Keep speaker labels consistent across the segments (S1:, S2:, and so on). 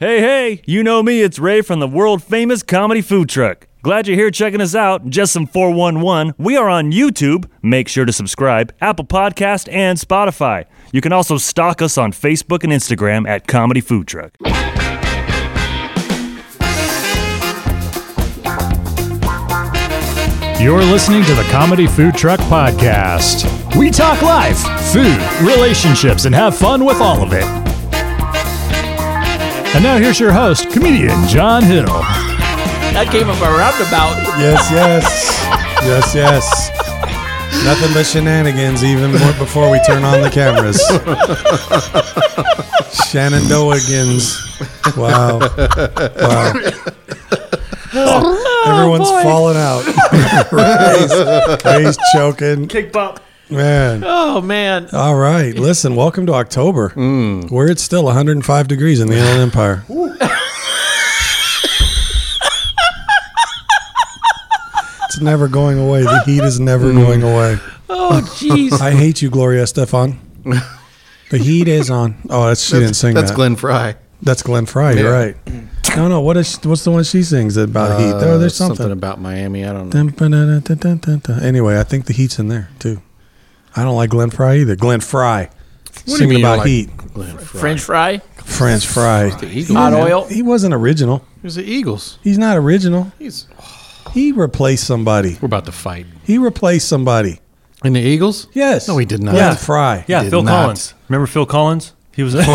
S1: Hey, hey, you know me, it's Ray from the world famous comedy food truck. Glad you're here checking us out. Just some 411. We are on YouTube. Make sure to subscribe, Apple Podcast, and Spotify. You can also stalk us on Facebook and Instagram at Comedy Food Truck.
S2: You're listening to the Comedy Food Truck Podcast. We talk life, food, relationships, and have fun with all of it. And now here's your host, comedian John Hill.
S3: That came up a roundabout.
S4: Yes, yes. yes, yes. Nothing but shenanigans even more before we turn on the cameras. Shenandoahgans. Wow. Wow. Everyone's falling out. Ray's, Ray's choking.
S1: Kick bump.
S4: Man.
S3: Oh man.
S4: All right. Listen, welcome to October,
S5: Mm.
S4: where it's still 105 degrees in the Inland Empire. it's never going away. The heat is
S5: Mm.
S4: never going away.
S3: Oh jeez.
S4: I hate you, Gloria Stefan. The heat is on. Oh, that's, she didn't sing
S5: That's
S4: that.
S5: Glenn Fry.
S4: That's Glenn Fry. You're right. No, no. What is? What's the one she sings about heat?
S5: Uh,
S4: Oh, there's something.
S5: about Miami. I don't know.
S4: Dun, ba, da, da, da, da, da. Anyway, I think the heat's in there too. I don't like Glenn Fry either. Glenn Fry
S5: What do you
S4: singing
S5: mean you
S4: about
S5: don't like
S4: heat.
S5: Glenn Fry.
S3: French fry,
S4: French fry.
S5: The Eagles.
S3: hot oil.
S4: He wasn't original.
S5: It was the Eagles.
S4: He's not original.
S5: He's,
S4: He replaced somebody.
S5: we're about to fight.
S4: He replaced somebody.
S5: In the Eagles?
S4: Yes.
S5: No, he did not.
S4: Glenn Fry.
S1: Yeah,
S5: Did
S1: Phil
S5: not.
S1: Collins. Remember Phil Collins? He was He's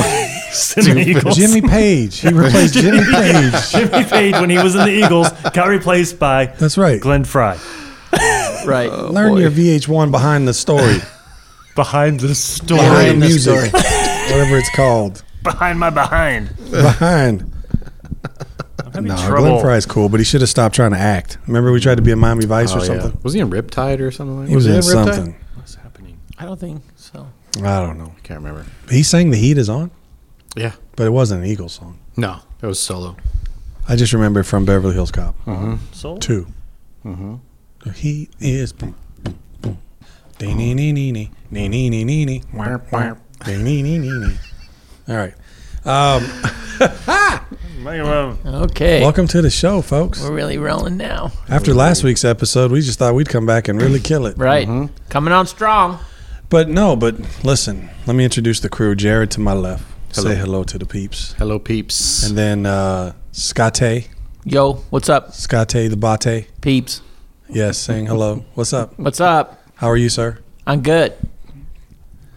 S1: in the Eagles.
S4: Jimmy Page. He replaced Jimmy Page.
S1: Jimmy Page, when he was in the Eagles, got replaced by
S4: That's right.
S1: Glenn Fry.
S3: Right.
S5: oh
S4: Learn your VH1 behind the story.
S1: Behind the story.
S4: Behind
S5: the
S4: music. Whatever it's called.
S1: Behind my behind.
S4: Behind.
S1: I'm in
S4: No,
S1: trouble.
S4: Glenn Fry's cool, but he should have stopped trying to act. Remember we tried to be a Miami Vice
S5: Oh,
S4: or
S5: yeah.
S4: something?
S5: Was he in Riptide or something like
S4: He was,
S5: that?
S4: in
S5: he Riptide?
S4: something.
S5: What's happening?
S3: I don't think so.
S4: I don't know.
S5: I can't remember.
S4: He sang The Heat Is On,
S5: Yeah.
S4: but it wasn't an Eagles song.
S5: No, it was solo.
S4: I just remember it from Beverly Hills Cop.
S1: Soul?
S4: 2 The heat is. boom, boom, boom. Dee-nee-nee-nee-nee, nee-nee-nee-nee-nee, wah, wah, dee-nee-nee-nee-nee. All right. Um,
S1: Make it up.
S3: Okay.
S4: welcome to the show, folks.
S3: We're really rolling now.
S4: After last week's episode, we just thought we'd come back and really kill it.
S3: Right. Coming on strong.
S4: But no, but listen, let me introduce the crew. Jared to my left. Say hello to the peeps.
S5: Hello, peeps.
S4: And then uh, Scate,
S3: Yo, what's up,
S4: Scate the Bate.
S3: peeps?
S4: Yes, saying hello. What's up?
S3: What's up?
S4: How are you, sir?
S3: I'm good.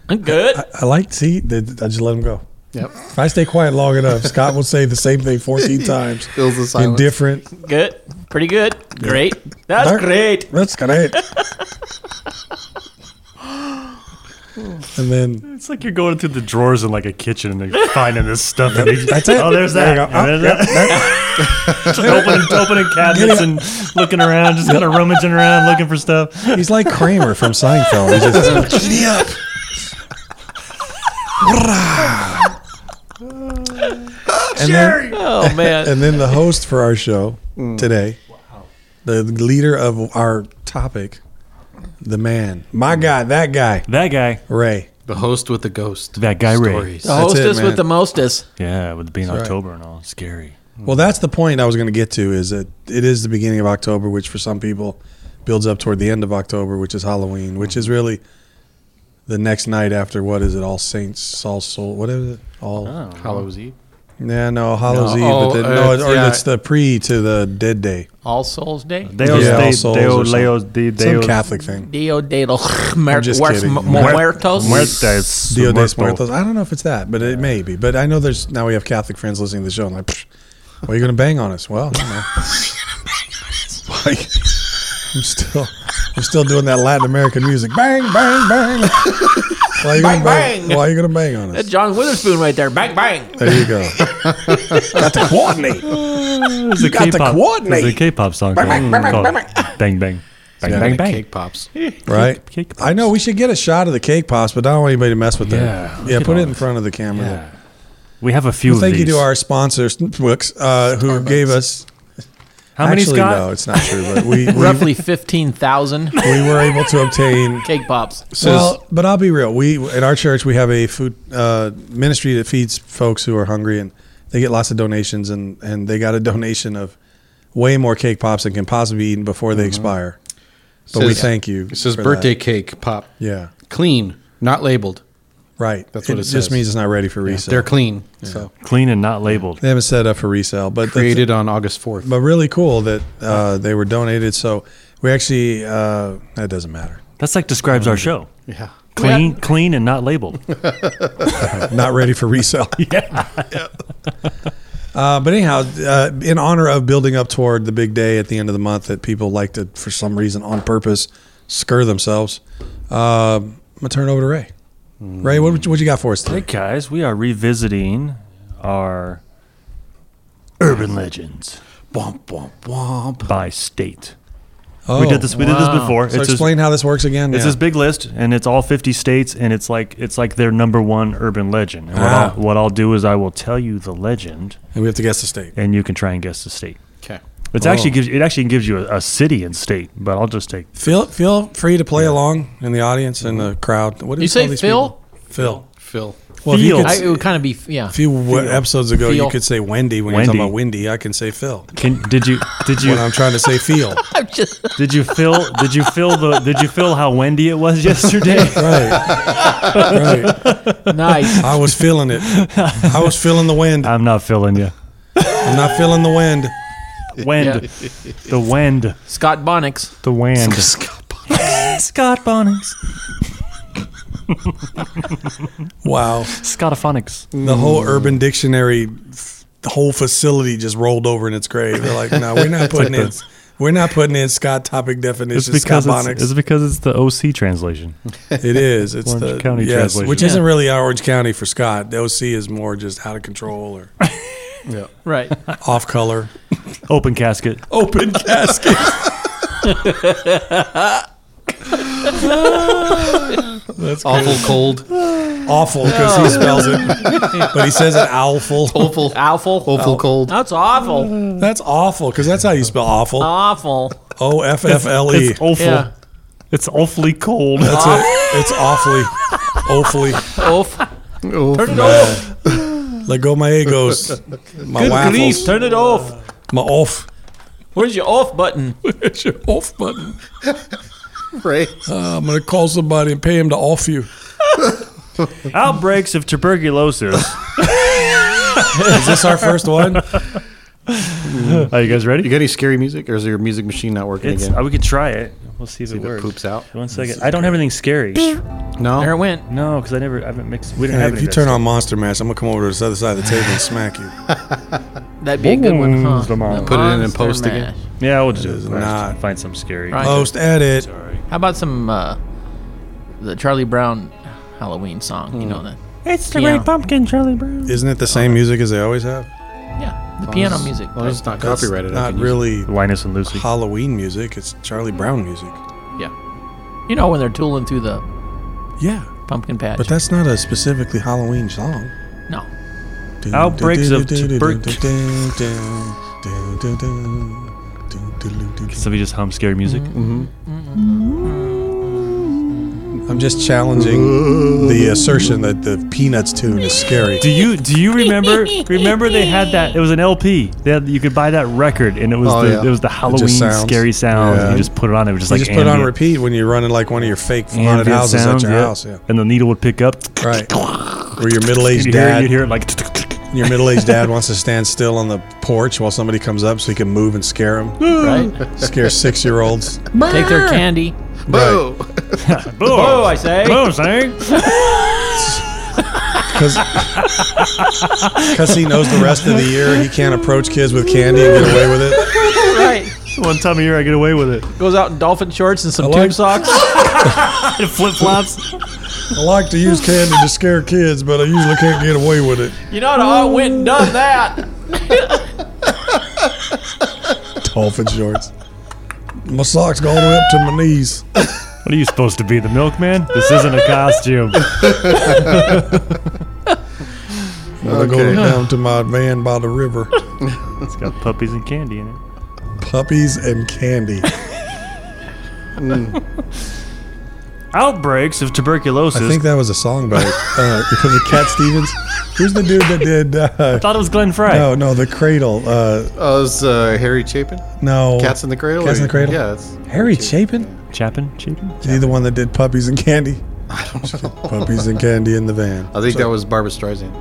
S3: I'm good.
S4: I like, see, I just let him go.
S5: yep.
S4: If I stay quiet long enough, Scott will say the same thing 14 times
S5: Fills the
S4: in
S5: silence.
S4: different.
S3: Good. Pretty good. Great. That's
S4: Dark.
S3: great.
S4: That's great. and then
S1: It's like you're going through the drawers in like a kitchen and you're finding this stuff. and you-
S4: that's it.
S1: Oh, there's
S4: There you
S1: that.
S4: go. Oh,
S1: And
S4: yep,
S1: there's that. Just opening, opening cabinets and looking around, just kind of rummaging around looking for stuff.
S4: He's like Kramer from Seinfeld. He's just giddy up. and, then,
S3: Oh man.
S4: and then the host for our show today, the leader of our topic, the man, my guy, that guy,
S1: That guy.
S4: Ray.
S5: The host with the ghost.
S1: That guy, Ray.
S5: Stories.
S3: The
S4: that's it,
S3: hostess with
S4: man.
S3: the mostest.
S1: Yeah, with it being
S4: right.
S1: October and all. Scary.
S4: Mm-hmm. Well, that's the point I was going to get to is that it is the beginning of October, which for some people builds up toward the end of October, which is Halloween, which is really the next night after what is it? All Saints, All Soul, what is it? All
S5: Oh. Hallows Eve.
S4: yeah, no Hallows
S5: No,
S4: Eve,
S5: oh,
S4: but then,
S5: uh,
S4: no, it's, or
S5: yeah.
S4: it's the pre to the Dead Day,
S3: All Souls Day.
S1: Deus,
S4: Yeah,
S1: de,
S4: All Souls
S1: Deo,
S4: or something.
S1: Leos, de,
S4: some
S1: Deus.
S4: Catholic thing.
S3: Dio de los Muer-
S4: just
S3: Muer-
S4: kidding.
S3: Mu-
S4: Muer-
S3: Muertos.
S1: Muertes.
S4: Dia de los
S1: Muerto.
S4: Muertos. I don't know if it's that, but it may be. But I know there's now we have Catholic friends listening to the show and like, "Psh, why are you going to bang on us? Well, you know. like, I'm still, I'm still doing that Latin American music. Bang, bang, bang. Why are you going to bang?
S3: bang.
S4: Why are you going to bang on
S3: That's
S4: us?
S3: John Witherspoon right there. Bang bang.
S4: There you go. Got to coordinate.
S1: There's a
S4: got to
S1: K-pop-
S4: coordinate.
S1: There's a K-pop song called, called Bang Bang. Bang
S5: Yeah,
S1: Bang
S5: the
S1: Bang.
S5: Cake pops.
S4: Right.
S1: Cake pops.
S4: I know we should get a shot of the cake pops, but I don't want anybody to mess with
S5: Yeah,
S4: that.
S5: look
S4: Yeah,
S5: at
S4: put
S5: all
S4: it in
S5: this.
S4: front of the camera. there.
S5: Yeah.
S1: We have a few of
S4: Thank you
S1: these.
S4: to our sponsor, Snooks, uh, who gave us
S1: How many,
S4: Actually,
S1: Scott?
S4: no, it's not true. But we, we,
S3: Roughly fifteen thousand
S4: we were able to obtain.
S3: cake pops.
S4: Well, but I'll be real. We at our church we have a food uh, ministry that feeds folks who are hungry, and they get lots of donations, and and they got a donation of way more cake pops than can possibly be eaten before they expire. But we
S5: Says-
S4: thank you.
S5: It says
S4: for that.
S5: birthday cake pop.
S4: Yeah,
S5: Clean, not labeled.
S4: right.
S5: That's what it
S4: just
S5: says.
S4: means it's not ready for resale.
S5: They're clean. So
S1: Clean and not labeled.
S4: They haven't set up for resale, but the-
S5: created on August 4th.
S4: but really cool that uh, they were donated. So we actually uh, that doesn't matter.
S1: That's like describes our show.
S5: yeah.
S1: Clean, clean, and not labeled.
S4: not ready for resale. yeah. Uh, but anyhow, uh, in honor of building up toward the big day at the end of the month that people like to, for some reason, on purpose, scur themselves, uh, I'm gonna turn it over to Ray.
S1: Mm.
S4: Ray, what what you got for us
S1: Hey
S4: today?
S1: guys, we are revisiting our urban legends
S5: Womp, womp, womp.
S1: by state.
S4: Oh,
S1: we did this. We did this
S3: wow.
S1: before.
S4: So
S1: it's this,
S4: explain how this works again.
S1: it's
S4: Yeah.
S1: this big list, and it's all 50 states, and it's like it's like their number one urban legend. And what,
S4: Ah.
S1: I'll, what I'll do is I will tell you the legend,
S4: and we have to guess the state.
S1: and you can try and guess the state.
S5: Okay.
S1: It's actually gives it actually gives you a, a city and state, but I'll just take
S4: Feel feel free to play along in the audience and
S1: Mm-hmm.
S4: the crowd. What do
S3: You
S4: call
S3: say
S4: these
S3: Phil?
S4: people? Phil.
S5: Phil.
S4: Well, if you
S1: Feel.
S4: could-
S1: It's-
S3: I, it would kind of be yeah.
S4: a few w- episodes ago, you
S3: Feel.
S4: could say Wendy when you're
S1: Wendy.
S4: talking about Wendy. I can say Phil
S1: Can did you did
S4: when
S1: you
S4: I'm trying to say feel.
S3: I'm just
S1: did you feel did you feel the did you feel how windy it was yesterday?
S4: Right. right.
S3: nice.
S4: I was feeling it. I was feeling the wind.
S1: I'm not feeling you.
S4: I'm not feeling the wind.
S1: Wind, the wind,
S3: Scott Bonix.
S1: the wind. Scott Bonix,
S4: Wow.
S1: Scottophonics.
S4: The whole Urban Dictionary, the whole facility just rolled over in its grave. They're like, no, we're not putting in. We're not putting in Scott topic
S1: It's
S4: definitions.
S1: because
S4: Scott
S1: it's,
S4: Bonics.
S1: it's because it's the OC translation.
S4: It is. It's
S1: Orange
S4: the
S1: County
S4: yes,
S1: translation.
S4: which
S1: Yeah.
S4: isn't really Orange County for Scott. The OC is more just out of control or
S3: Right.
S4: off color.
S1: Open casket.
S4: Open casket.
S5: Awful cold.
S4: Awful because he spells it, but he says it owlful.
S5: Awful.
S3: Awful.
S5: Awful cold.
S3: That's awful.
S4: That's awful because that's how you spell awful.
S3: Awful.
S4: O F F L E.
S1: It's awful.
S3: Yeah.
S1: It's awfully cold.
S4: That's it. It's awfully, awfully.
S3: Oof.
S5: Oof.
S3: Turn it off.
S4: Let go my egos, my waffles,
S3: Turn it off.
S4: my off.
S3: Where's your off button?
S4: It's your off button.
S5: Ray.
S4: I'm gonna call somebody and pay him to off you.
S1: Outbreaks of tuberculosis.
S4: Is this our first one?
S1: Are you guys
S5: You
S1: ready?
S5: got any scary music, or is your music machine not working
S1: It's,
S5: again?
S1: uh, we could try it. We'll see if it
S5: If it
S1: works.
S5: poops out.
S1: One second. I don't have anything scary.
S5: No. Oh,
S3: There it went.
S1: No, because I never. I haven't mixed. We didn't
S4: Hey,
S1: have
S4: if you
S1: anything.
S4: turn on Monster Mash, I'm gonna come over to this other side of the table and smack you.
S3: That'd be a good one, huh?
S1: Bones, the mon-
S5: Put it in and
S3: Monster
S5: post
S3: Mash.
S5: again.
S1: Yeah, we'll just do it.
S4: not.
S1: Find something scary.
S3: Right.
S4: Post edit.
S3: How about some uh, the Charlie Brown Halloween song? You know that?
S1: It's the
S3: Yeah.
S1: Great Pumpkin, Charlie Brown.
S4: Isn't it the same music as they always have?
S3: Yeah, the piano music.
S5: Well, it's not
S4: That's
S5: copyrighted. I
S4: Not
S5: can use
S4: really
S1: Linus and Lucy.
S4: Halloween music. It's Charlie Brown music.
S3: yeah. You know when they're tooling through the
S4: Yeah,
S3: pumpkin patch?
S4: but that's not a specifically Halloween song.
S3: no.
S1: Outbreaks of tuberc-
S4: tuberculosis.
S1: Somebody just hum scary music.
S4: I'm just challenging the assertion that the Peanuts tune is scary.
S1: Do you do you remember remember they had that it was an LP. They had, you could buy that record and it was
S5: Oh,
S1: the
S5: yeah.
S1: it was the Halloween
S4: sounds-
S1: scary sounds.
S4: yeah.
S1: You just put it on it was just
S4: You
S1: like
S4: just put it on
S1: ambient-
S4: repeat when you're running like one of your fake haunted
S1: ambient
S4: houses
S1: sounds,
S4: at your
S1: yeah.
S4: house. Yeah,
S1: And the needle would pick up.
S4: right. Where your
S1: You'd
S4: middle-aged
S1: hear, it,
S4: dad,
S1: you'd hear it like
S4: your middle-aged dad wants to stand still on the porch while somebody comes up so he can move and scare him,
S3: Right?
S4: scare six-year-olds.
S3: Take their candy.
S4: Right.
S5: Boo.
S1: boom.
S3: Oh, I say.
S1: Boom, sang.
S4: Because he knows the rest of the year he can't approach kids with candy and get away with it.
S3: Right.
S1: One time a year I get away with it.
S3: Goes out in dolphin shorts and some
S4: I like-
S3: tube socks.
S1: Flip flops.
S4: I like to use candy to scare kids, but I usually can't get away with it.
S3: You know, I went and done that.
S4: Dolphin shorts. My socks go all the way up to my knees.
S1: what are you supposed to be, the milkman? This isn't a costume.
S4: When I go
S5: Okay.
S4: down to my van by the river.
S1: It's got puppies and candy in it.
S4: Puppies and candy.
S1: Outbreaks of
S4: I
S1: tuberculosis.
S4: think that was a song by uh, was it Cat Stevens. Who's the dude that did? Uh,
S1: Thought it was Glenn Fry.
S4: no, no, the Cradle. Uh,
S5: Oh, it's uh, Harry Chapin.
S4: no,
S5: Cats in the Cradle.
S4: Cats in the Cradle?
S5: Yeah, it's
S4: Harry Chapin.
S1: Chapin? Chapin?
S4: Is he the one that did Puppies and Candy? I don't know. Puppies and Candy in the van.
S5: I think that was Barbara Streisand.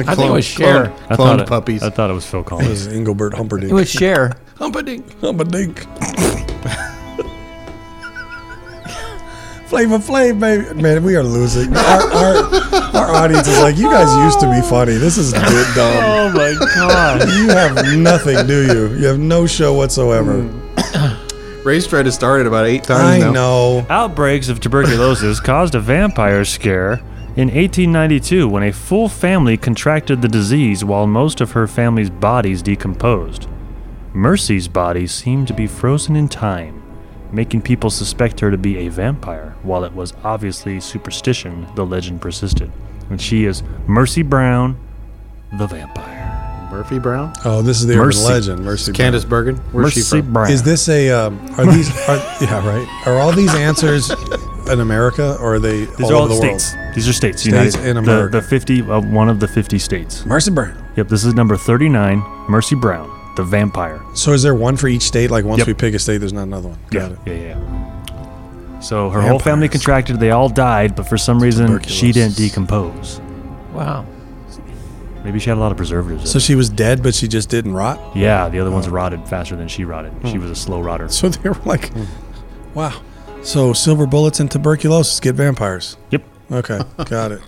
S3: I think it was Cher.
S5: Cloned,
S1: I thought
S5: cloned
S1: it-
S5: puppies.
S1: I thought it was Phil
S4: That
S1: Collins.
S4: was Engelbert Humperdinck.
S3: It was Cher.
S5: Humperdinck.
S4: Humperdinck. Flavor Flav, baby. Man, we are losing. Our, our, our audience is like, you guys used to be funny. This is a bit dumb.
S1: Oh my god.
S4: You have nothing, do you? You have no show whatsoever.
S1: Mm.
S5: Ray's tried to start it about eight times
S4: I
S5: now.
S4: know.
S1: Outbreaks of tuberculosis caused a vampire scare in 1892 when a full family contracted the disease while most of her family's bodies decomposed. Mercy's body seemed to be frozen in time, making people suspect her to be a vampire. While it was obviously superstition, the legend persisted. And she is Mercy Brown, the vampire.
S5: Murphy Brown.
S4: Oh, this is the
S1: Mercy.
S4: urban legend. Mercy.
S5: Candace Bergen. Where's
S1: Mercy
S5: she from?
S1: Brown.
S4: Is this a? Um, are these? Are, yeah, right. Are all these answers in America, or are they
S1: These
S4: all
S1: are all
S4: over the
S1: states.
S4: world?
S1: These are states.
S4: States in
S1: the-
S4: America.
S1: The, 50, uh, one of the 50 states.
S4: Mercy Brown.
S1: Yep, this is number 39, Mercy Brown, the vampire.
S4: So, is there one for each state? Like once
S1: Yep.
S4: we pick a state, there's not another one. Got
S1: yeah,
S4: it.
S1: yeah, yeah. So her whole family
S4: Vampires.
S1: contracted, they all died, but for some reason she didn't
S4: Tuberculosis.
S1: decompose.
S3: Wow.
S1: Maybe she had a lot of preservatives.
S4: So
S1: in
S4: she was dead, but she Oh. Hmm. just didn't rot.
S1: it. yeah, the other ones rotted faster than she rotted. She was a slow rotter.
S4: So they were like, wow. So silver bullets and tuberculosis get vampires.
S1: Yep.
S4: Okay, got it.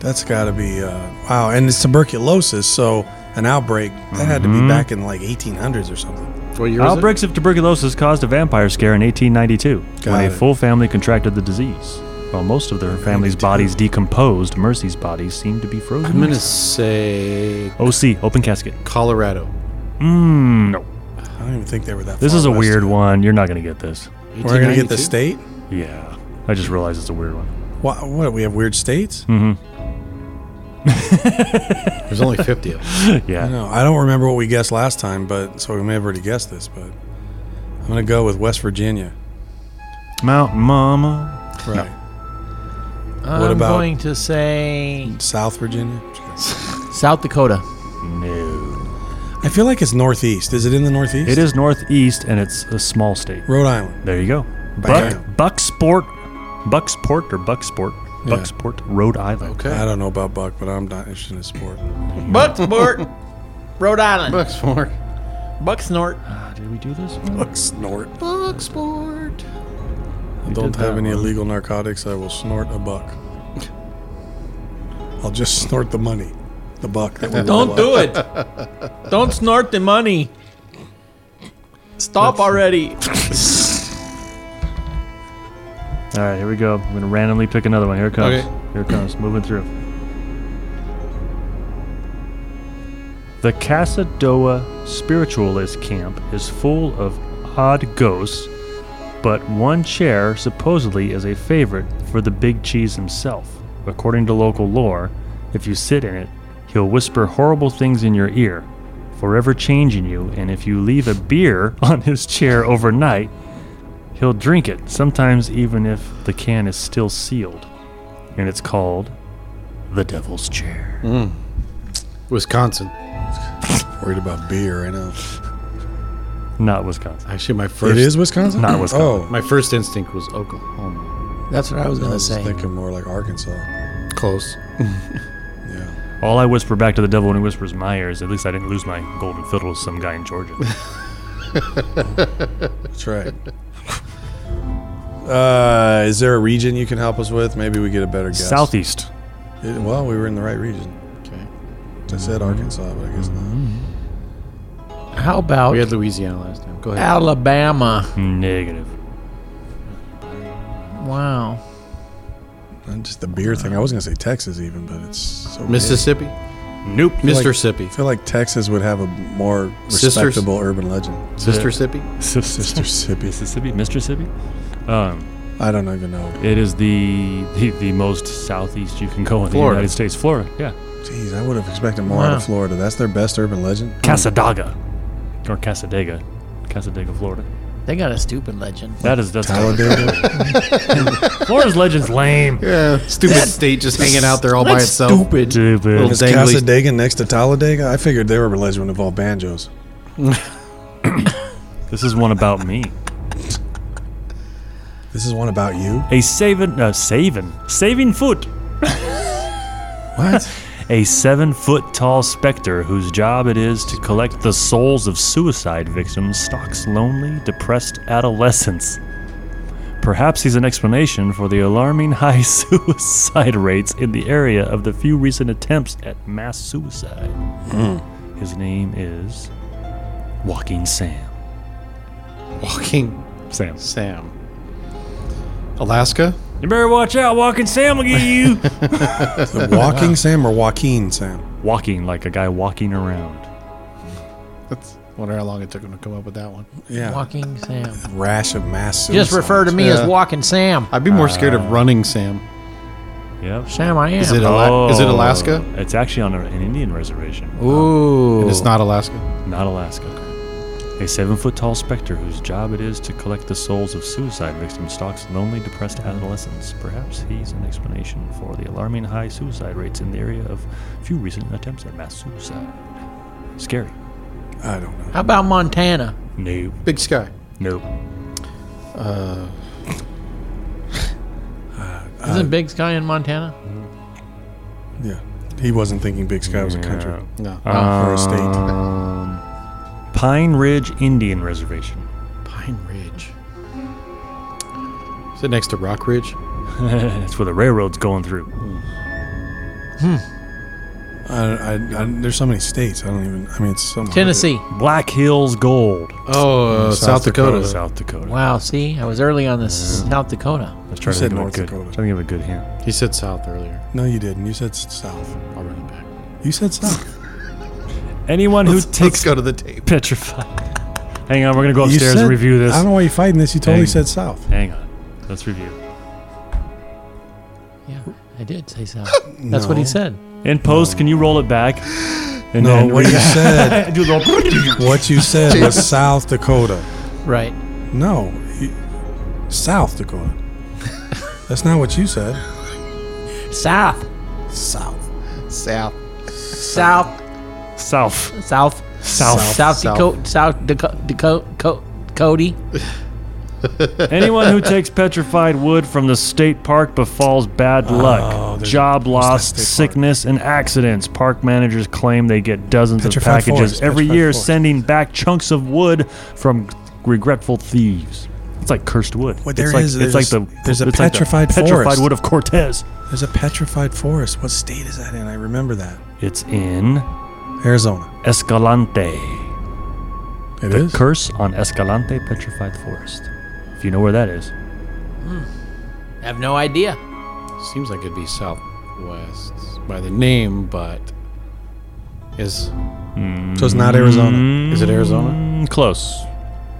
S4: That's got to be uh, wow. And it's tuberculosis, so an outbreak that had to
S1: Mm-hmm.
S4: be back in like 1800s or something.
S5: What year was it?
S1: Outbreaks of tuberculosis caused a vampire scare in 1892 when
S4: Got
S1: a
S4: it.
S1: full family contracted the disease. While most of their family's bodies decomposed, Mercy's body seemed to be frozen.
S5: I'm gonna say
S1: OC, open casket.
S5: Colorado.
S1: Mm, no.
S4: I don't even think they were that.
S1: This
S4: far
S1: is a
S4: west.
S1: weird one. You're not going to get this.
S4: We're gonna get the
S5: 1892?
S4: state.
S1: Yeah. I just realized it's a weird one.
S4: What, what we have weird states?
S1: Hmm.
S5: There's only 50 of them.
S1: yeah.
S4: No, I don't remember what we guessed last time, but so we may have already guessed this. But I'm gonna go with West Virginia.
S1: Mount Mama.
S4: Right.
S3: I'm
S4: about-
S3: going to say
S4: South Virginia.
S3: South Dakota.
S1: No.
S4: I feel like it's northeast. Is it in the northeast?
S1: It is northeast and it's a small state.
S4: Rhode Island.
S1: There you go. Buck,
S4: Bam.
S1: Bucksport, Bucksport or Bucksport, Bucksport, Rhode Island.
S5: Okay.
S4: I don't know about Buck, but I'm not interested in sport.
S3: Bucksport, Rhode Island.
S5: Bucks for
S3: Bucksnort.
S1: Ah, did we do this? one?
S4: Buck snort.
S5: Bucksport.
S4: I don't
S1: did
S4: have
S1: that
S4: any
S1: one.
S4: illegal narcotics. I will snort a buck. I'll just snort the money, the buck. That we
S3: Don't
S4: won.
S3: do it. Don't snort the money. Stop already.
S1: All right, here we go. I'm gonna randomly pick another one. Here it comes.
S5: Okay.
S1: Here it comes. Moving through. The Casadoa spiritualist camp is full of odd ghosts, but one chair supposedly is a favorite for the Big Cheese himself. According to local lore, if you sit in it, he'll whisper horrible things in your ear, forever changing you, and if you leave a beer on his chair overnight, He'll drink it, sometimes even if the can is still sealed. And it's called the Devil's Chair.
S5: Wisconsin.
S4: Worried about beer. I know.
S1: Not Wisconsin.
S5: Actually, my first
S4: it is Wisconsin.
S1: Not Wisconsin.
S4: Oh,
S5: my first instinct was Oklahoma.
S3: That's what I was
S4: I
S3: gonna
S4: was
S3: say.
S4: thinking more like Arkansas.
S5: Close.
S4: Yeah.
S1: All I whisper back to the devil when he whispers my ears, at least I didn't lose my golden fiddle to some guy in Georgia.
S4: That's right. Uh, is there a region you can help us with? Maybe we get a better guess.
S1: Southeast.
S4: It- well, we were in the right region.
S5: Okay.
S4: I said Arkansas, but I guess not.
S3: How about
S5: We had Louisiana last time. Go ahead.
S3: Alabama?
S1: Negative.
S3: Wow.
S4: And just the beer thing. I was gonna say Texas even, but it's so big.
S5: Mississippi.
S1: Nope.
S4: feel like-
S5: Mississippi.
S4: I feel like Texas would have a more
S5: Sisters.
S4: respectable urban legend.
S5: Mississippi.
S1: Mississippi.
S4: Mississippi.
S1: Mississippi? Mississippi? Um,
S4: I don't even know.
S1: it is the, the the most southeast you can go in
S5: Florida.
S1: the United States. Florida, yeah.
S4: Jeez, I would have expected more out
S3: Wow.
S4: of Florida. That's their best urban legend.
S1: Casadaga. Or Casadega. Casadega, Florida.
S3: They got a stupid legend.
S1: That is that's
S4: Talladega.
S1: Florida's legend's lame.
S5: Yeah, stupid state just hanging out there all by
S3: That's
S5: itself.
S3: Stupid.
S1: Stupid.
S5: Little-
S4: Is
S5: Dangly-
S4: Casadega next to Talladega? I figured they were a legend of all banjos.
S1: This is one about me.
S4: This is one about you.
S1: A saving, uh, saving, saving foot.
S4: What?
S1: A seven foot tall specter whose job it is to collect the souls of suicide victims stalks lonely, depressed adolescents. Perhaps he's an explanation for the alarming high suicide rates in the area of the few recent attempts at mass suicide. Hmm. His name is Walking Sam.
S5: Walking
S1: Sam.
S5: Sam. Alaska?
S1: You better watch out, Walking Sam will get you.
S4: The walking Sam or Joaquin Sam?
S1: walking like a guy walking around.
S5: That's wonder how long it took him to come up with that one.
S4: Yeah.
S3: Walking Sam.
S4: Rash of mass
S3: Just
S4: suicides.
S3: refer to me
S5: Yeah.
S3: as Walking Sam.
S5: I'd be more scared
S4: Uh,
S5: of running Sam.
S1: Yep.
S3: Sam, I am.
S5: Is it Ala- is it Alaska?
S1: Oh, It's actually on a- an Indian reservation.
S3: Ooh.
S5: It's not Alaska.
S1: Not Alaska. A seven foot tall specter whose job it is to collect the souls of suicide victims stalks lonely, depressed adolescents. Perhaps he's an explanation for the alarming high suicide rates in the area of few recent attempts at mass suicide. Scary.
S4: I don't know.
S3: How about Montana?
S1: No.
S5: Big Sky.
S1: No.
S5: Uh,
S3: Isn't Big Sky in Montana?
S4: Yeah. He wasn't thinking Big Sky was a country
S5: No.
S4: or a
S3: Um,
S4: state.
S1: Pine Ridge Indian Reservation.
S5: Pine Ridge. Is it next to Rock Ridge?
S1: That's where the railroad's going through.
S4: I, I, I, there's so many states. I don't even. I mean, it's so much.
S3: Tennessee.
S1: Black Hills Gold.
S5: Oh, uh, South,
S4: South
S5: Dakota.
S4: Dakota.
S1: South Dakota.
S3: Wow, see? I was early on this South Dakota.
S1: I was trying
S4: You
S1: to
S4: said
S1: give
S4: North
S1: a good,
S4: Dakota.
S1: trying to give a good hint.
S5: He said South earlier.
S4: No, you didn't. You said s- south.
S5: I'll run it back.
S4: You said south.
S1: Anyone who
S5: Let's
S1: takes
S5: go to the tape.
S1: petrified. Hang on, we're gonna go
S4: You
S1: upstairs
S4: said-
S1: and review this.
S4: I don't know why you're fighting this. You totally
S1: Dang.
S4: said south.
S1: Hang on, let's review.
S3: Yeah, I did say South. That's what he
S4: No.
S3: said.
S1: In post, can you roll it back? And
S4: No,
S1: then
S4: what
S1: re-
S4: you said.
S1: do a little.
S4: What you said was South Dakota.
S3: Right.
S4: No, he- South Dakota. That's not what you said.
S3: South.
S4: South.
S5: South.
S3: South.
S1: South.
S3: South.
S1: South.
S3: South
S5: South.
S3: Dakota. South Dakota. Dakota. Cody.
S1: Anyone who takes petrified wood from the state park befalls bad luck,
S4: Oh, there's-
S1: job loss,
S4: state park?
S1: sickness, and accidents. Park managers claim they get dozens
S4: Petrified
S1: of packages
S4: forest,
S1: every
S4: petrified
S1: year,
S4: forest.
S1: sending back chunks of wood from regretful thieves. It's like cursed wood.
S4: What
S1: it's
S4: there
S1: like,
S4: is,
S1: it's
S4: there's
S1: like
S4: a-
S1: the
S4: there's a
S1: it's like the
S4: petrified
S1: petrified
S4: forest.
S1: wood of Cortez.
S4: There's a petrified forest. What state is that in? I remember that.
S1: It's in
S4: Arizona.
S1: Escalante.
S4: It
S1: The
S4: is.
S1: Curse on Escalante Petrified Forest. If you know where that is,
S3: I have no idea.
S5: Seems like it'd be Southwest by the name, but is
S4: so it's not Arizona.
S5: is it Arizona?
S1: Mm, close,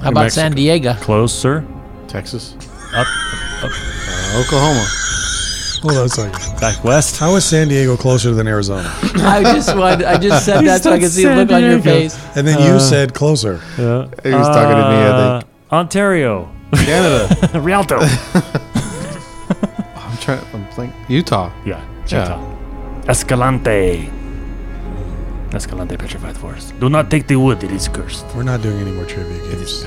S3: How about San Diego?
S1: closer.
S5: Texas? Uh, Oklahoma.
S4: Hold on a second.
S1: Back west.
S4: How is San Diego closer than Arizona?
S3: I just wanted, I just said that so I
S1: said
S3: could see the look
S1: San
S3: on your
S1: Diego.
S3: face.
S4: And then
S1: Uh.
S4: you said closer.
S5: He was talking to me, I think.
S1: Ontario,
S5: Canada.
S1: Rialto.
S5: I'm trying. I'm playing Utah.
S1: yeah, Utah. Escalante. Escalante Petrified Forest. Do not take the wood; it is cursed.
S4: We're not doing any more trivia games.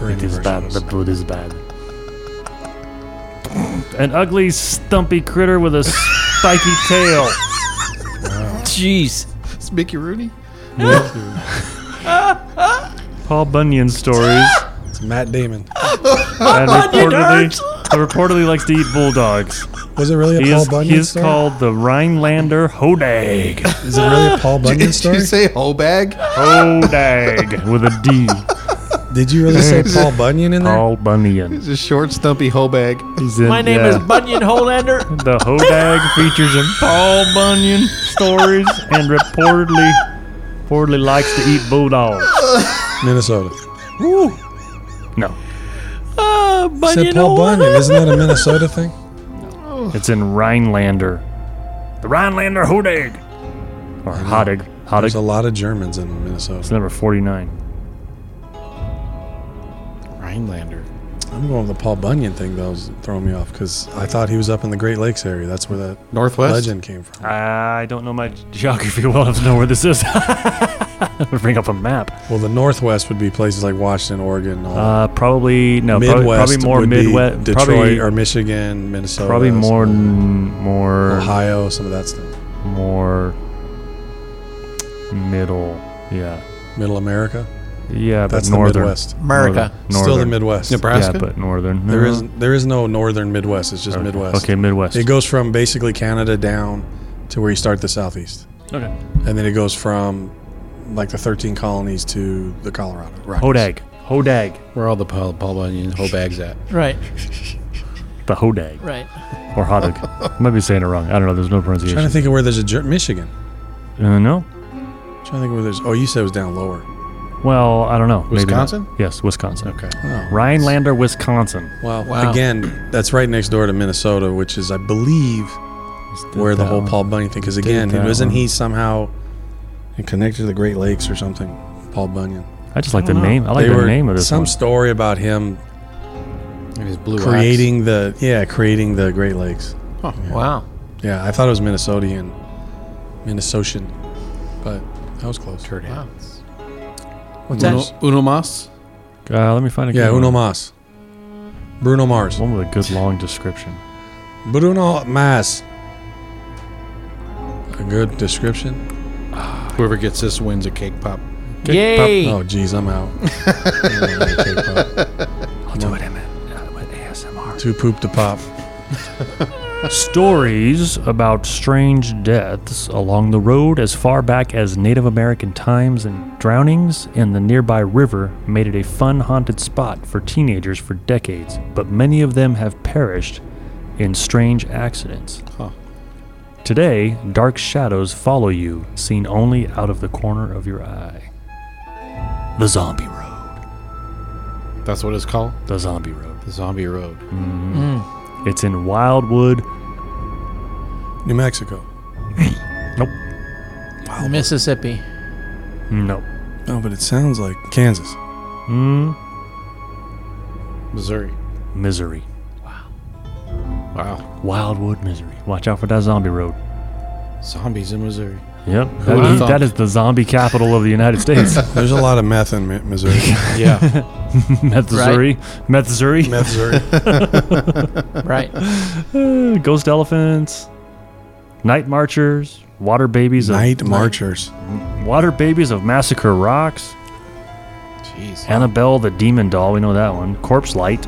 S4: Or
S1: It
S4: any
S1: is
S4: version
S1: bad.
S4: of
S1: The
S4: this.
S1: wood is bad. An ugly, stumpy critter with a spiky tail.
S3: Jeez.
S5: It's Mickey Rooney.
S1: Paul Bunyan stories.
S4: It's Matt Damon.
S1: and reportedly, reportedly likes to eat bulldogs.
S4: Was it really a
S1: He
S4: Paul
S1: is,
S4: Bunyan
S1: he is
S4: story?
S1: called the Rhinelander Hodag.
S4: is it really a Paul Bunyan
S5: Did
S4: story?
S5: you say hoe bag?
S1: Hodag with a D.
S4: Did you really say Paul Bunyan in there?
S1: Paul Bunyan.
S5: It's a short, stumpy hoe bag.
S1: He's in-
S3: My name
S1: yeah.
S3: is Bunyan Holander.
S1: the Hodag features in Paul Bunyan stories and reportedly reportedly likes to eat bulldogs.
S4: Minnesota.
S1: No,
S3: Uh,
S4: Said
S3: Bunyan
S1: oh,
S4: Paul
S3: Holander.
S4: Bunyan. Isn't that a Minnesota thing?
S1: it's in Rhinelander. The Rhinelander Hodag or Hodag.
S4: There's a
S1: Hodag.
S4: lot of Germans in
S1: It's
S4: Minnesota.
S1: number forty-nine.
S5: Rhinelander.
S4: I'm going with the Paul Bunyan thing that was throwing me off because I thought he was up in the Great Lakes area. That's where that
S5: Northwest?
S4: legend came from.
S1: Uh, I don't know my geography well enough to know where this is. Bring up a map.
S4: Well, the Northwest would be places like Washington, Oregon, all that.
S1: Uh, probably no. probably-
S4: Midwest
S1: probably, more
S4: would be
S1: Midwest.
S4: Detroit
S1: probably,
S4: or Michigan, Minnesota.
S1: probably
S4: some
S1: more,
S4: of that.
S1: more,
S4: Ohio, some of that stuff.
S1: more middle. Yeah,
S4: Middle America.
S1: yeah, but
S4: That's the
S1: northern.
S4: Midwest.
S3: America.
S1: Northern.
S4: Still the
S1: Northern.
S4: Midwest.
S5: Nebraska?
S1: Yeah, but northern.
S4: There is there is no northern Midwest. It's just
S1: Okay.
S4: Midwest.
S1: Okay, Midwest.
S4: It goes from basically Canada down to where you start the southeast,
S1: okay.
S4: and then it goes from like the 13 colonies to the Colorado. Right.
S1: Hodag. Hodag.
S5: Where all the Paul, Paul Bunyan whole bags at.
S3: Right.
S1: The Hodag
S3: Right.
S1: or Hodag. Might be saying it wrong. I don't know. There's no pronunciation.
S4: trying to think of where there's a Jer- Michigan.
S1: uh, no.
S4: trying to think of where there's. Oh, you said it was down lower.
S1: Well, I don't know. Maybe not.
S5: Wisconsin?
S1: Yes, Wisconsin.
S5: Okay.
S4: Oh.
S1: Rhinelander, Wisconsin.
S4: Well,
S3: Wow.
S4: again, that's right next door to Minnesota, which is, I believe, where the whole Paul Bunyan thing. Because again,
S1: that
S4: wasn't
S1: one.
S4: he somehow connected to the Great Lakes or something? Paul Bunyan.
S1: I just like the name. I like the name of this
S4: some
S1: one.
S4: story about him
S5: It was blue
S4: creating the yeah creating the Great Lakes.
S3: Wow.
S4: Yeah, I thought it was Minnesotian, Minnesotian, but that was close.
S5: Turd
S3: Wow.
S5: hats.
S4: What's
S5: Uno, uno mas?
S1: Uh, let me find a
S4: Yeah,
S1: good
S4: Uno
S1: one.
S4: Mas. Bruno Mars.
S1: One with a good long description.
S4: Bruno Mars. A good description.
S5: Whoever gets this wins a cake pop.
S3: Yay.
S4: Oh, geez, I'm out. I'll do it,
S1: ASMR.
S4: Two poop to pop.
S1: Stories about strange deaths along the road as far back as Native American times and drownings in the nearby river made it a fun haunted spot for teenagers for decades, but many of them have perished in strange accidents.
S5: Huh.
S1: Today, dark shadows follow you, seen only out of the corner of your eye. The Zombie Road.
S5: That's what it's called?
S1: The Zombie Road.
S5: The Zombie Road.
S1: It's in Wildwood.
S4: New Mexico.
S1: Nope.
S3: oh. Mississippi.
S1: Nope.
S4: No, Oh, but it sounds like Kansas.
S1: Mm,
S5: Missouri.
S1: Misery.
S5: Wow.
S1: Wildwood, Misery. Watch out for that zombie road.
S5: Zombies in Missouri.
S1: Yep.
S5: Who would've
S1: That-
S5: thought?
S1: that is the zombie capital of the United States.
S4: There's a lot of meth in Mi- Missouri.
S5: Yeah.
S1: Meth Missouri. Meth Missouri.
S4: meth Missouri.
S3: Right.
S1: Uh, ghost elephants. Night marchers. Water babies of
S4: Night marchers.
S1: Water babies of Massacre Rocks.
S5: Jeez.
S1: Annabelle the Demon Doll. We know that one. Corpse Light.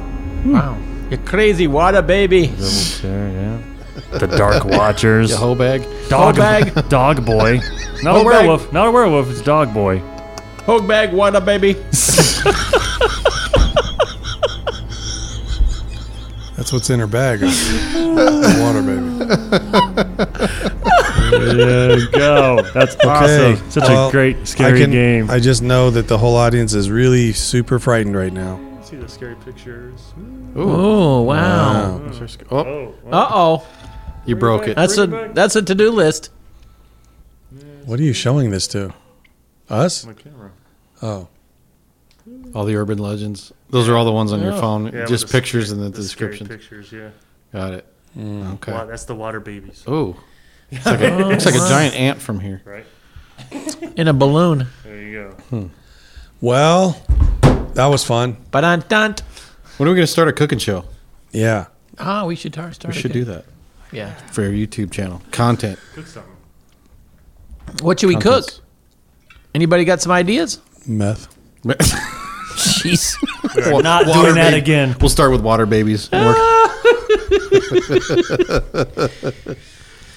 S3: Wow. You crazy water baby.
S1: The Dark Watchers.
S5: The whole bag.
S1: dog
S3: bag.
S1: Dog boy. Not a
S3: Whole bag.
S1: werewolf. Not a werewolf. It's dog boy.
S3: Hog bag water baby.
S4: That's what's in her bag. Water, baby.
S1: There you go. That's awesome. Such
S4: well,
S1: a great scary
S4: I can-
S1: game.
S4: I just know that the whole audience is really super frightened right now.
S1: see the scary pictures.
S3: Oh wow.
S4: Um,
S5: Oh,
S1: Oh,
S3: Uh oh.
S5: you broke it.
S3: That's a
S1: Bring it back.
S3: that's a to do list.
S4: What are you showing this to? Us?
S1: camera.
S4: Oh.
S5: All the urban legends. Those are all the ones on
S3: Oh.
S5: your phone. Just pictures in the, description.
S1: Pictures, yeah.
S5: Got it.
S3: Mm.
S5: okay.
S1: that's the water babies.
S5: Oh. It's like, a, looks like a giant ant from here.
S3: In a balloon.
S1: There you go.
S4: Well, that was fun.
S3: But on dunt.
S5: When are we going to start a cooking show?
S4: Yeah.
S3: Ah, we should tar- start.
S5: We should do that
S3: that. Yeah.
S5: for our YouTube channel. Content.
S1: Cook something.
S3: What should we
S5: Contents.
S3: cook? Anybody got some ideas?
S4: Meth.
S3: Jeez.
S5: Wa-
S1: Not
S5: water
S1: doing that
S5: baby-
S1: again.
S5: We'll start with water babies. and work-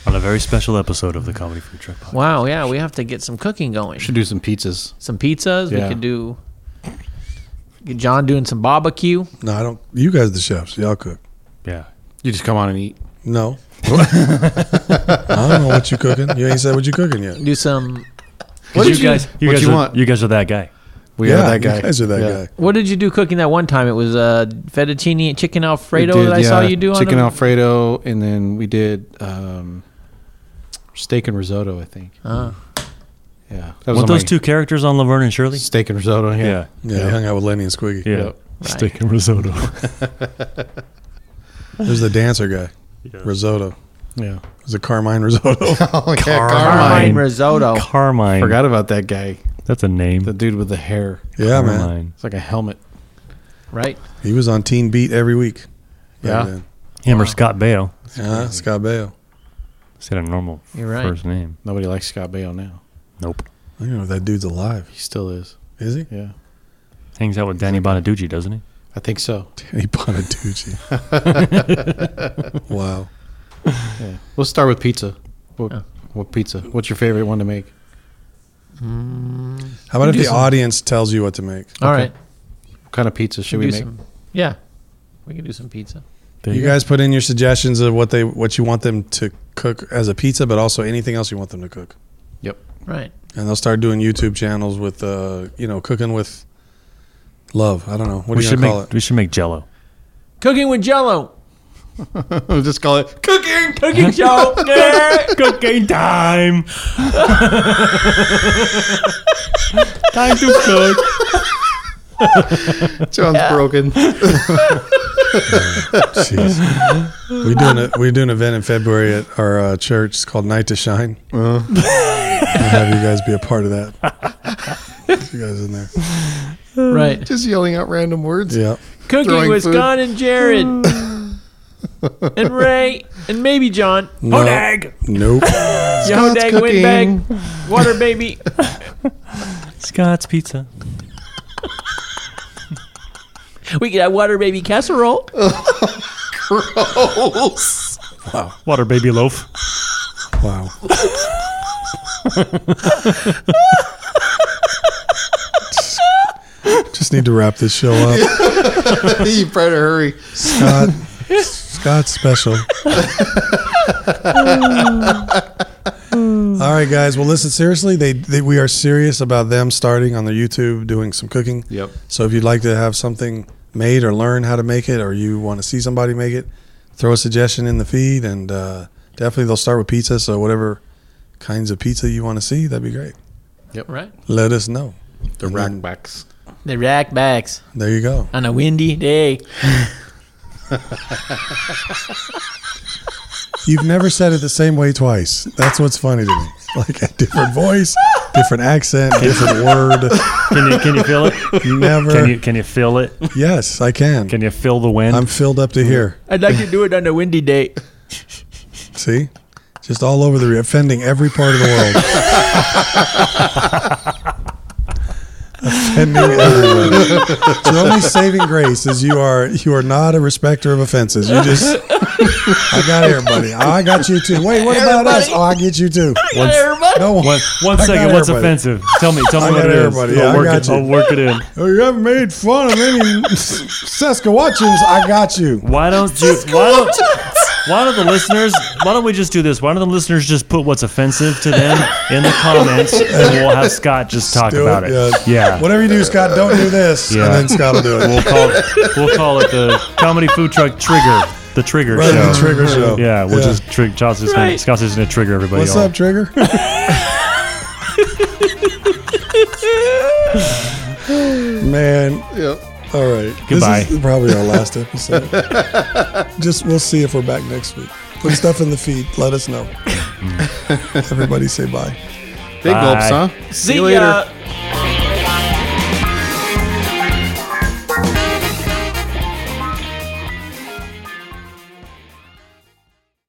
S1: On a very special episode of the Comedy Food Truck Podcast.
S3: wow. Yeah, we have to get some cooking going.
S5: Should do some pizzas.
S3: Some pizzas.
S5: Yeah.
S3: We could do. Get John doing some barbecue.
S4: No, I don't. You guys, the chefs, y'all cook.
S1: Yeah.
S5: You just come on and eat.
S4: No. I don't know what you cooking. You ain't said what you cooking yet.
S3: Do some.
S5: What
S1: you guys, you
S5: what
S1: guys
S5: you
S1: are,
S5: want?
S1: You guys are that guy.
S5: We
S4: yeah,
S5: are that guy.
S4: You guys are that
S5: Yeah.
S4: guy.
S3: What did you do cooking that one time? It was uh, fettuccine chicken
S5: We
S3: alfredo
S5: did,
S3: that I saw
S5: yeah,
S3: you do on
S5: chicken
S3: the-
S5: alfredo, and then we did um, steak and risotto. I think.
S3: Ah.
S5: Yeah, that
S1: Weren't
S5: on
S1: those
S5: my-
S1: two characters on Laverne and Shirley?
S5: steak and risotto. Yeah,
S4: Yeah, I hung out with Lenny and Squiggy.
S1: Yeah.
S5: Yep.
S2: Steak and risotto.
S4: There's the dancer guy, risotto.
S5: Yeah.
S4: Is it Carmine Risotto?
S5: Oh, yeah,
S2: Carmine.
S5: Carmine.
S3: Carmine risotto.
S1: Carmine.
S5: Forgot about that guy.
S1: That's a name.
S5: The dude with the hair.
S4: yeah, man.
S1: Carmine.
S5: It's like a helmet.
S3: Right.
S4: He was on Teen Beat every week.
S5: Yeah.
S4: Back
S1: Him or Scott Baio.
S4: then. Uh, Scott Baio.
S1: Just had a normal
S3: You're right.
S1: first name.
S5: Nobody likes Scott Baio now.
S1: Nope.
S4: I don't know if that dude's alive.
S5: He still is.
S4: Is he?
S5: Yeah.
S1: Hangs out with Danny Bonaducci, doesn't he?
S5: I think so.
S4: Danny Bonaducci. wow.
S5: Yeah. We'll start with pizza. What,
S3: Yeah.
S5: what pizza? What's your favorite one to make?
S4: How about if
S3: do
S4: the
S3: some-
S4: audience tells you what to make?
S3: All right.
S5: What kind of pizza should
S3: do
S5: we make?
S3: some. Yeah. We can do some pizza.
S1: There
S4: You
S1: go.
S4: guys put in your suggestions of what they what you want them to cook as a pizza, but also anything else you want them to cook.
S3: Right.
S4: And they'll start doing YouTube channels with uh, you know, cooking with love. I don't know. What
S1: we
S4: do you
S1: should
S4: gonna call
S1: make
S4: it?
S1: we should make Jello.
S3: Cooking with Jello.
S5: Just call it cooking.
S3: Cooking Jello. Yeah.
S1: Cooking time. time to cook.
S5: John's broken.
S4: Jeez. we doing a we doing an event in February at our uh, church. It's called Night to Shine.
S1: Uh-huh.
S4: I'll have you guys be a part of that. you guys in there.
S3: right.
S5: Just yelling out random words.
S4: Yeah.
S3: Cooking
S5: Throwing
S3: with
S5: food.
S3: Scott and Jared. and Ray. And maybe John.
S4: No.
S1: Hodag.
S4: Nope.
S3: Scott's Hodag windbag. Water baby.
S1: Scott's pizza.
S3: We could have water baby casserole.
S5: Oh.
S1: Water baby loaf.
S4: Wow. Just need to wrap this show up.
S5: you better hurry.
S4: Scott, Scott special. All right, guys. Well, listen. Seriously, they, they we are serious about them starting on their YouTube doing some cooking.
S5: Yep.
S4: So if you'd like to have something made or learn how to make it, or you want to see somebody make it, throw a suggestion in the feed, and uh, definitely they'll start with pizza. So whatever kinds of pizza you want to see, that'd be great.
S3: Right.
S4: Let us know.
S5: The
S4: And then-
S5: rackbacks.
S3: The rack bags
S4: There you go.
S3: on a windy day.
S4: You've never said it the same way twice. That's what's funny to me. Like a different voice, different accent, different word.
S1: Can you can you feel it?
S4: Never.
S1: Can you can you feel it?
S4: yes, I can.
S1: Can you feel the wind?
S4: I'm filled up to here.
S3: I'd like to do it on a windy day.
S4: See? Just all over the offending every part of the world. offending everyone. Your only saving grace is you are you are not a respecter of offenses. You just I got everybody. I got you too. Wait, what about us?
S3: Everybody.
S4: Oh, I get you too.
S1: Once-
S3: Everybody.
S4: No one.
S1: One, Uh, one
S4: I
S1: second.
S4: got
S1: What's
S4: everybody.
S1: offensive? Tell me. Tell me
S4: I
S1: what
S4: got
S1: it is.
S4: everybody.
S1: I'll
S4: I
S1: work
S4: got
S1: it.
S4: you.
S1: I'll work it in.
S4: Oh, you haven't made fun of any Saskatchewans. I got you.
S1: Why don't you? Why don't? Why don't the listeners? Why don't we just do this? Why don't the listeners just put what's offensive to them in the comments, and we'll have Scott just talk
S4: Do
S1: about it. Yeah.
S4: Whatever you do, Scott, don't do this.
S1: Yeah.
S4: And then Scott will do it.
S1: We'll call. We'll call it the comedy food truck trigger. The trigger
S4: Right,
S1: show.
S4: the trigger show.
S1: Yeah, we'll just trigger. Scott's just gonna,
S3: Right.
S1: Scott's just gonna trigger everybody.
S4: What's
S1: all.
S4: up, Trigger? Man.
S5: Yep.
S4: All right.
S1: Goodbye.
S4: This is probably our last episode. Just we'll see if we're back next week. Put stuff in the feed. Let us know. Everybody say bye.
S5: Big gulps,
S1: Bye.
S5: huh?
S3: See,
S5: you later.
S3: ya.